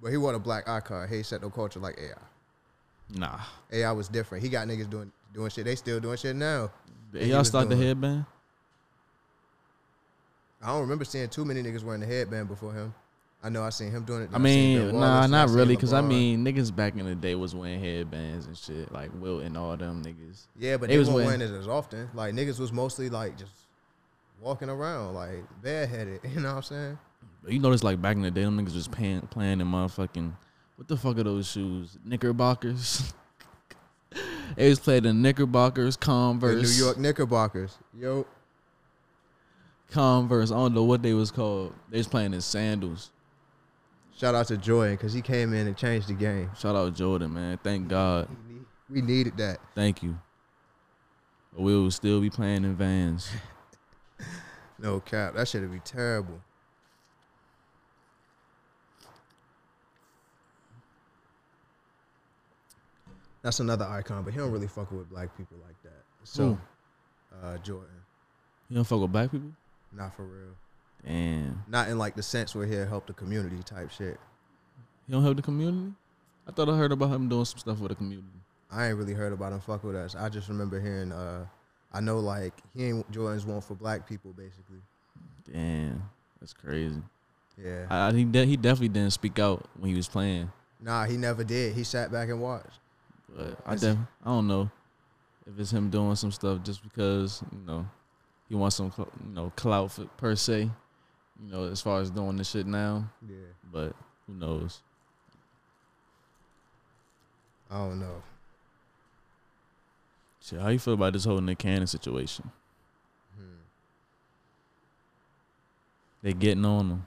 B: But he wore a black eye card. He set no culture like AI.
A: Nah.
B: AI was different. He got niggas doing doing shit. They still doing shit now.
A: Did
B: Yeah, he
A: y'all
B: was
A: start the
B: doing-
A: headband?
B: I don't remember seeing too many niggas wearing the headband before him. I know I seen him doing it.
A: I
B: seen
A: mean,
B: Bill
A: nah,
B: Wallace, I
A: not
B: seen
A: really. Cause I
B: LeBron.
A: mean, niggas back in the day was wearing headbands and shit, like Wilt and all them niggas.
B: yeah, but
A: they
B: they,
A: was
B: was weren't
A: wearing-
B: wearing it as often. Like niggas was mostly like just walking around like bareheaded. You know what I'm saying?
A: But you notice, like back in the day, them niggas was paying, playing in motherfucking what the fuck are those shoes? Knickerbockers. they was playing the Knickerbockers,
B: The
A: Converse,
B: New York Knickerbockers. Yo,
A: Converse. I don't know what they was called. They was playing in sandals.
B: shout out to Jordan because he came in and changed the game.
A: Shout out Jordan, man. Thank God.
B: We need- We needed that.
A: Thank you. But we will still be playing in vans.
B: No cap, that shit would be terrible. That's another icon, but he don't really fuck with black people like that. So, uh, Jordan,
A: You don't fuck with black people?
B: not for real.
A: Damn.
B: Not in like the sense where he'll help the community type shit.
A: He don't help the community? I thought I heard about him doing some stuff for the community.
B: I ain't really heard about him fuck with us. I just remember hearing, uh, I know like he ain't Jordan's one for black people basically.
A: Damn. That's crazy.
B: Yeah.
A: I, I- he, de- he definitely didn't speak out when he was playing.
B: nah, he never did. He sat back and watched.
A: But I,
B: That's-
A: def- I don't know if it's him doing some stuff just because, you know, he wants some, cl- you know, clout for, per se, you know, as far as doing this shit now.
B: Yeah.
A: But who knows?
B: I don't know.
A: Shit, how you feel about this whole Nick Cannon situation?
B: Hmm.
A: They getting on him.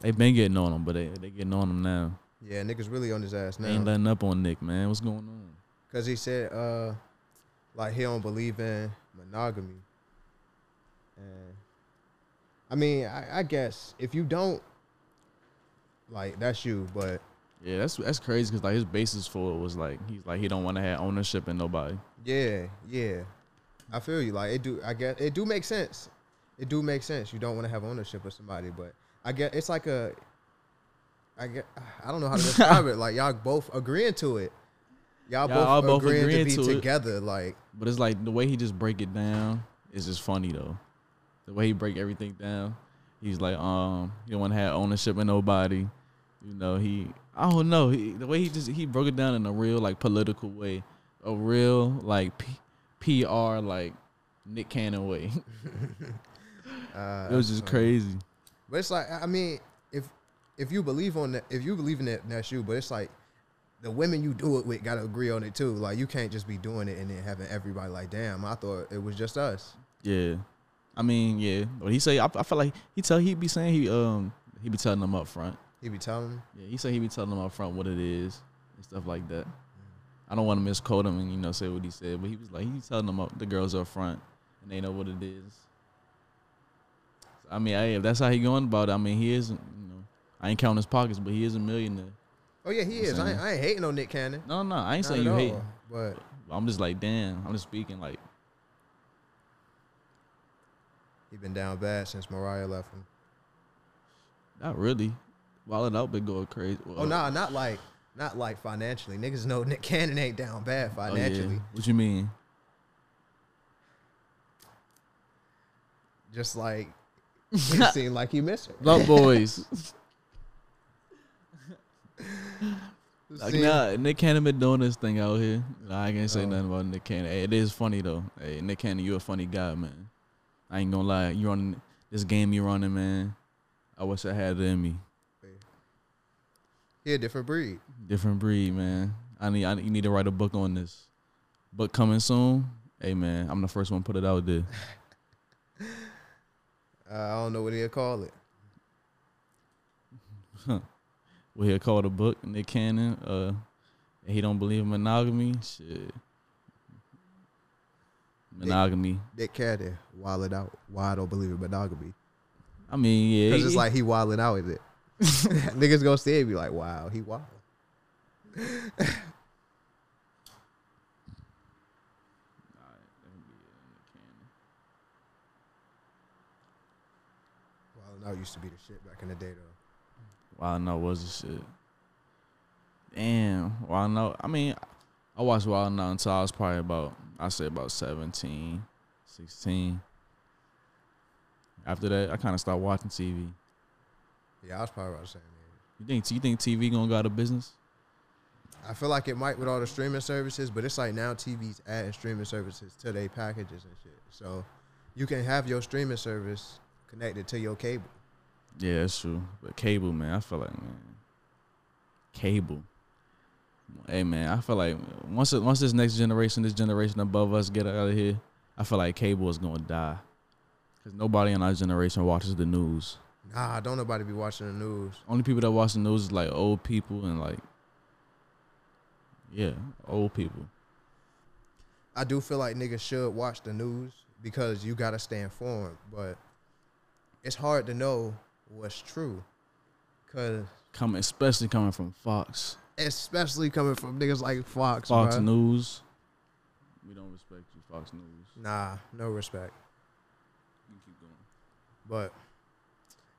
A: They've been getting on him, but they they getting on him now.
B: Yeah, niggas really on his ass
A: They ain't
B: now.
A: letting up on Nick, man. What's going on?
B: Cause he said, uh, like he don't believe in monogamy. And I mean, I, I guess if you don't, like, that's you. But
A: Yeah, that's that's crazy because like his basis for it was like he's like he don't want to have ownership in nobody.
B: yeah, yeah, I feel you. Like it do. I guess it do make sense. It do make sense. You don't want to have ownership of somebody, but I guess it's like a. I get. I don't know how to describe it. Like y'all both agreeing to it.
A: Y'all
B: Y'all, both,
A: all both
B: agreeing,
A: agreeing
B: to be
A: to it.
B: together. Like
A: But it's like the way he just break it down is just funny though. The way he break everything down, he's like, um, he don't want to have ownership in nobody. You know, he I don't know. He, the way he just he broke it down in a real like political way, a real like P, PR like Nick Cannon way.
B: uh,
A: it was just crazy.
B: But it's like I I mean, if if you believe on that, if you believe in that, that's you. But it's like the women you do it with gotta agree on it too. Like you can't just be doing it and then having everybody like, damn, I thought it was just us.
A: Yeah, I mean, yeah. But he say I, I feel like he tell he be saying he um he be telling them up front.
B: He be telling them.
A: Yeah, he said he be telling them up front what it is and stuff like that. I don't want to misquote him and you know say what he said, but he was like he telling them up the girls up front and they know what it is. So, I mean, I, if that's how he going about it, I mean he is you know I ain't counting his pockets, but he is a millionaire.
B: Oh yeah, he is. I ain't, I ain't hating on Nick Cannon.
A: No, no, I ain't
B: Not
A: saying
B: at
A: you
B: all.
A: hate.
B: But
A: I'm just like damn. I'm just speaking like
B: he been down bad since Mariah left him.
A: not really. While it out, been going crazy. Well,
B: Oh nah, not like not like financially. Niggas know Nick Cannon ain't down bad
A: oh, yeah.
B: financially.
A: What you mean?
B: Just like it seemed like he missed her.
A: Love boys.
B: It
A: Like,
B: seemed-
A: nah, Nick Cannon been doing this thing out here. Nah, I can't
B: Oh.
A: say nothing about Nick Cannon. Hey, it is funny though. Hey, Nick Cannon, you a funny guy, man. I ain't gonna lie. You on this game you running, man. I wish I had it in me.
B: He a different breed.
A: Different breed, man. I need, I need you need to write a book on this. Book coming soon. Hey man, I'm the first one to put it out there.
B: Uh, I don't know what he'll call it.
A: We here called a book, Nick Cannon. Uh he don't believe in monogamy. Shit. Monogamy.
B: Nick Cannon wilded out. Why I don't believe in monogamy?
A: I mean, yeah.
B: Because it's
A: he-
B: like he wilding out with it. Niggas gonna see it and be like, wow, he wild. Wilding out used to be the shit back in the day though.
A: Wild Out was the shit. Damn, Wild Out. I mean, I watched Wild Out until I was probably about, I say about 17, 16. After that, I kind of started watching TV.
B: Yeah, I was probably about the same age.
A: You think you think TV gonna go out of business?
B: I feel like it might with all the streaming services, but it's like now TV's adding streaming services to their packages and shit. So you can have your streaming service connected to your cable.
A: Yeah, that's true. But cable, man, I feel like man, cable. Hey, man, I feel like once once this next generation, this generation above us get out of here, I feel like cable is gonna die, cause nobody in our generation watches the news.
B: Nah, don't nobody be watching the news.
A: Only people that watch the news is like old people and like, yeah, old people.
B: I do feel like niggas should watch the news because you gotta stay informed, but it's hard to know what's true. Cause
A: Coming, especially coming from Fox,
B: especially coming from niggas like Fox.
A: Fox
B: bruh.
A: News. We don't respect you, Fox News.
B: Nah, no respect.
A: You keep going.
B: But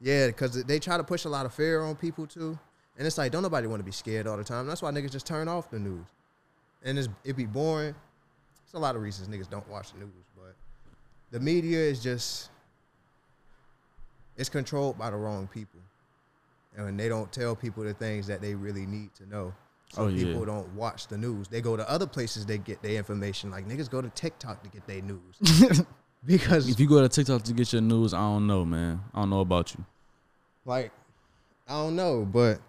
B: yeah, because they try to push a lot of fear on people too, and it's like don't nobody want to be scared all the time. That's why niggas just turn off the news, and it's it be boring. It's a lot of reasons niggas don't watch the news, but the media is just it's controlled by the wrong people, and they don't tell people the things that they really need to know. So
A: Oh, yeah.
B: people don't watch the news. They go to other places they get their information. Like niggas go to TikTok to get their news because
A: If you go to TikTok to get your news, I don't know, man. I don't know about you.
B: like I don't know, but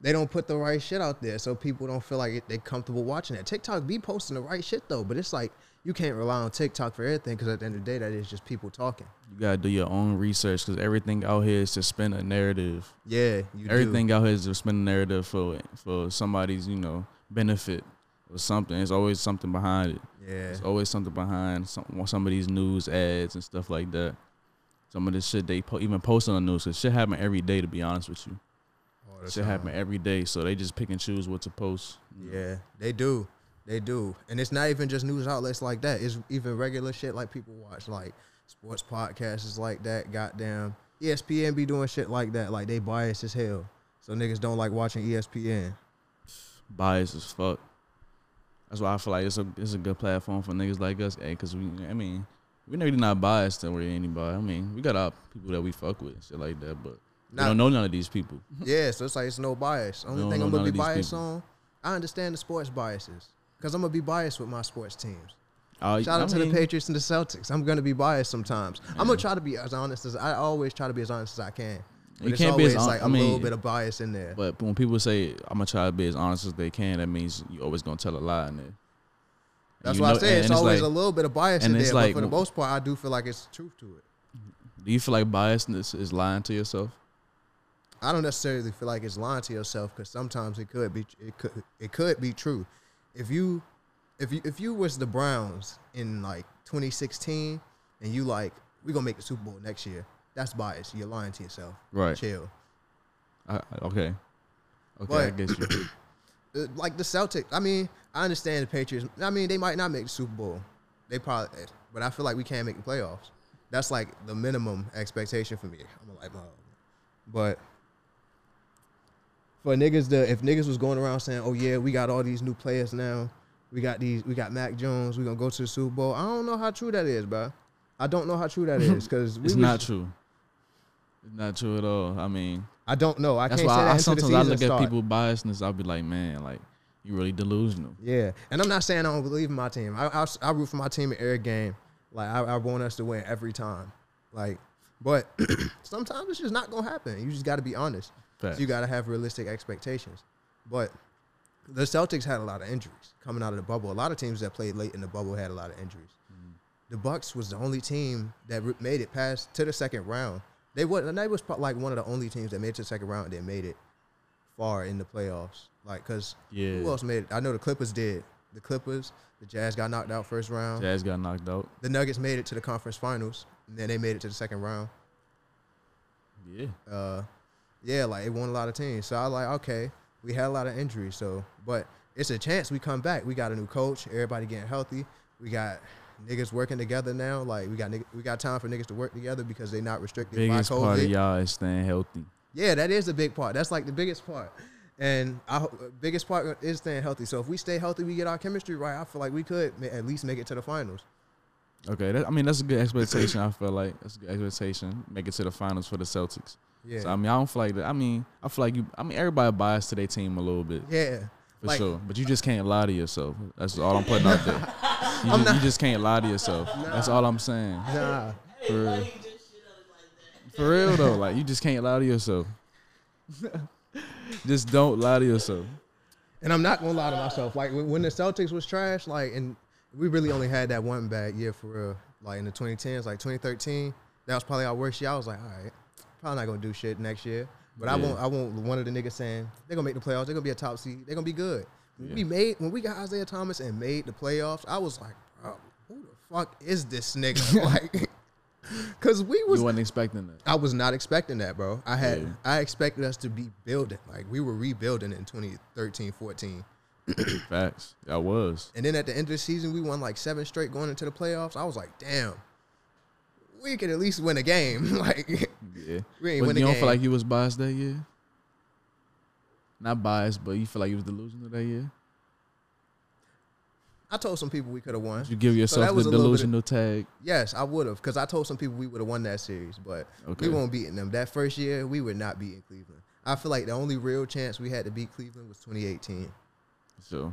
B: they don't put the right shit out there, so people don't feel like they comfortable watching that. TikTok be posting the right shit though, but it's like you can't rely on TikTok for everything because at the end of the day, that is just people talking.
A: You gotta do your own research because everything out here is to spin a narrative.
B: Yeah, you
A: everything out here is to spin a narrative for for somebody's you know benefit or something. There's always something behind it.
B: Do. Yeah,
A: There's always something behind some some of these news ads and stuff like that. Some of this shit they po- even post on the news. Cause shit happen every day. To be honest with you,
B: all the
A: shit
B: time.
A: happen every day. So they just pick and choose what to post.
B: Yeah, they do. They do. And it's not even just news outlets like that. It's even regular shit like people watch, like sports podcasts like that. Goddamn. E ESPN be doing shit like that. Like they biased as hell. So niggas don't like watching E ESPN.
A: biased as fuck. That's why I feel like it's a it's a good platform for niggas like us, eh? Cause we, I mean, we know really not biased toward anybody. I mean, we got our people that we fuck with, and shit like that, but
B: Nah.
A: we don't know none of these people.
B: yeah, so it's like it's no bias. Only
A: don't
B: thing
A: know
B: I'm
A: none
B: gonna
A: of
B: be
A: these
B: biased
A: people.
B: on, I understand the sports biases. Cause I'm gonna be biased with my sports teams.
A: Uh,
B: Shout
A: I
B: out to
A: mean,
B: the Patriots and the Celtics. I'm gonna be biased sometimes. I'm gonna try to be as honest as I always try to be as honest as I can. But
A: You
B: it's
A: can't be
B: always
A: as hon-
B: like a
A: I mean-
B: little bit of bias in there.
A: But when people say I'm gonna try to be as honest as they can, that means you always gonna tell a lie in there. And
B: That's
A: you
B: why I
A: know-
B: say
A: and-
B: it's
A: and
B: always
A: like,
B: a little bit of bias in
A: and
B: there,
A: it's
B: but
A: like-
B: for the most part, I do feel like it's truth to it.
A: Do you feel like biasness is lying to yourself?
B: I don't necessarily feel like it's lying to yourself because sometimes it could be it could it could be true. If you if you if you was the Browns in like 2016 and you like we gonna make the Super Bowl next year, that's bias. You're lying to yourself.
A: Right.
B: Chill.
A: I, I- okay. Okay, I
B: But-
A: get you.
B: Uh, Like the Celtics. I mean, I understand the Patriots. I mean, they might not make the Super Bowl. They probably, but I feel like we can't make the playoffs. That's like the minimum expectation for me. I'm like, my, but for niggas to if niggas was going around saying, "Oh yeah, we got all these new players now. We got these. We got Mac Jones. We gonna go to the Super Bowl." I don't know how true that is, bro. I don't know how true that is because
A: It's not true. It's not true at all. I mean,
B: I don't know. I
A: That's
B: can't
A: why
B: say that
A: I,
B: until the
A: sometimes I
B: season
A: look
B: start.
A: at people biasness. I'll be like, man, like you really delusional.
B: Yeah, and I'm not saying I don't believe in my team. I I, I root for my team in every game. Like I, I want us to win every time. Like, but sometimes it's just not gonna happen. You just got to be honest. So
A: Facts.
B: you got to have realistic expectations. But the Celtics had a lot of injuries coming out of the bubble. A lot of teams that played late in the bubble had a lot of injuries. The Bucks was the only team that re- made it past to the second round. They was and they was pro- like one of the only teams that made it to the second round. That made it far in the playoffs. Like, cause
A: Yeah.
B: who else made it? I know the Clippers did. The Clippers, the Jazz got knocked out first round.
A: Jazz got knocked out.
B: The Nuggets made it to the conference finals, and then they made it to the second round.
A: Yeah,
B: Uh, yeah, like it won a lot of teams. So I like, okay, we had a lot of injuries. So, but it's a chance we come back. We got a new coach. Everybody getting healthy. We got niggas working together now. Like we got nigg- we got time for niggas to work together because they not restricted
A: biggest
B: by COVID.
A: part of y'all is staying healthy.
B: Yeah, that is the big part. That's like the biggest part. And I ho- biggest part is staying healthy. So if we stay healthy, we get our chemistry right. I feel like we could ma- at least make it to the finals.
A: Okay, that, I mean that's a good expectation. I feel like that's a good expectation. Make it to the finals for the Celtics.
B: Yeah,
A: So I mean, I don't feel like that. I mean, I feel like you. I mean, everybody biased to their team a little bit
B: yeah.
A: for
B: Like
A: sure, but you just can't lie to yourself. That's all I'm putting out there. You, ju- you just can't lie to yourself. That's all I'm saying.
B: nah,
A: For real. For real though, like you just can't lie to yourself. just don't lie to yourself.
B: and I'm not gonna lie to myself. Like when, when the Celtics was trash, like and we really only had that one bad year for real. Like in the 2010s, like 2013, that was probably our worst year. I was like, all right, probably not gonna do shit next year. But I
A: Yeah.
B: won't. I won't. One of the niggas saying they're gonna make the playoffs. They're gonna be a top seed. They're gonna be good. When We made when we got Isaiah Thomas and made the playoffs. I was like, bro, who the fuck is this nigga? like, cause we was
A: You wasn't expecting that.
B: I was not expecting that, bro. I had
A: Yeah.
B: I expected us to be building. Like we were rebuilding in 2013, 14.
A: Facts. I was.
B: And then at the end of the season, we won like seven straight going into the playoffs. I was like, damn. We could at least win a game. like
A: Yeah.
B: We ain't
A: but
B: win the
A: you don't
B: game.
A: feel like you was biased that year? Not biased, but you feel like you was delusional that year?
B: I told some people we could have won.
A: Did you give yourself
B: was a
A: the
B: little bit of-
A: delusional tag?
B: Yes, I would have, because I told some people we would have won that series, but
A: Okay.
B: we won't beating them. That first year, we were not beating Cleveland. I feel like the only real chance we had to beat Cleveland was 2018.
A: So,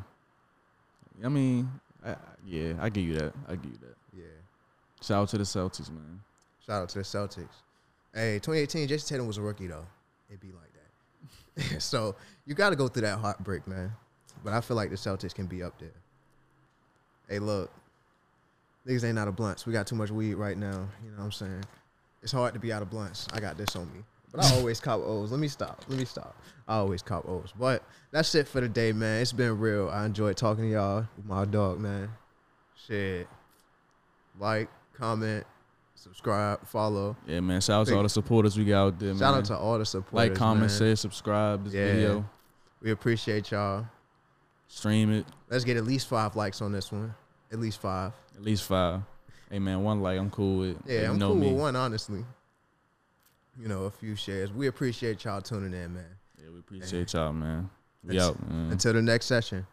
A: I mean, I, I- yeah, I give you that. I give you that.
B: Yeah.
A: Shout out to the Celtics, man.
B: Shout out to the Celtics. Hey, 2018, Jason Tatum was a rookie though. It'd be like that. so you got to go through that heartbreak, man. But I feel like the Celtics can be up there. Hey, look, niggas ain't out of blunts. We got too much weed right now. You know what I'm saying? It's hard to be out of blunts. I got this on me. But I always cop O's. Let me stop. Let me stop. I always cop O's. But that's it for the day, man. It's been real. I enjoyed talking to y'all with my dog, man. Shit. Like, comment, subscribe, follow.
A: Yeah, man. Shout out to all the supporters we got out there,
B: Shout
A: man.
B: out to all the supporters.
A: like, comment,
B: man.
A: share, subscribe this
B: Yeah.
A: video,
B: We appreciate y'all.
A: stream it.
B: Let's get at least five likes on this one. At least five.
A: At least five. Hey man, one like I'm cool with.
B: Yeah,
A: you
B: I'm
A: know
B: cool
A: me.
B: with one, honestly. You know, a few shares. We appreciate y'all tuning in, man.
A: Yeah, we appreciate y'all, man. We
B: That's-
A: out, man.
B: Until the next session.